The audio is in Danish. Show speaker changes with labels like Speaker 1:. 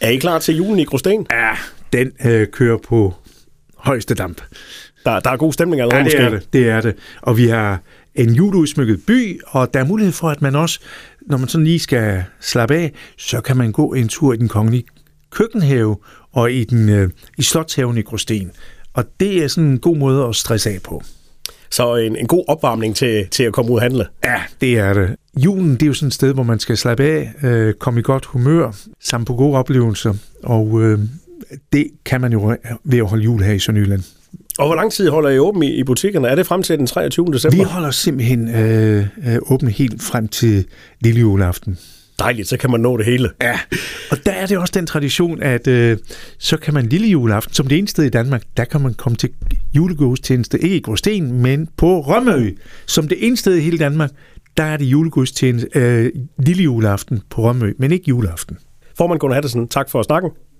Speaker 1: Er I klar til julen i Grosten?
Speaker 2: Ja, den øh, kører på højeste damp.
Speaker 1: Der, der er god stemning allerede
Speaker 2: Ja, det
Speaker 1: måske.
Speaker 2: er det. Det er det. Og vi har en juludsmykket by, og der er mulighed for, at man også, når man sådan lige skal slappe af, så kan man gå en tur i den kongelige køkkenhave og i, den, øh, i slotshaven i Gråsten. Og det er sådan en god måde at stresse af på.
Speaker 1: Så en, en god opvarmning til, til at komme ud og handle.
Speaker 2: Ja, det er det. Julen, det er jo sådan et sted, hvor man skal slappe af, øh, komme i godt humør, sammen på gode oplevelser, og øh, det kan man jo ved at holde jul her i Sønderjylland.
Speaker 1: Og hvor lang tid holder I åben i, i butikkerne? Er det frem til den 23.
Speaker 2: Vi
Speaker 1: december?
Speaker 2: holder simpelthen øh, øh, åbent helt frem til lille juleaften.
Speaker 1: Dejligt, så kan man nå det hele.
Speaker 2: Ja. Og der er det også den tradition, at øh, så kan man lille juleaften, som det eneste sted i Danmark, der kan man komme til julegudstjeneste, ikke i Gråsten, men på Rømø. Som det eneste sted i hele Danmark, der er det julegudstjeneste, øh, lille juleaften på Rømø, men ikke juleaften.
Speaker 1: Formand Gunnar Hattesen, tak for snakken.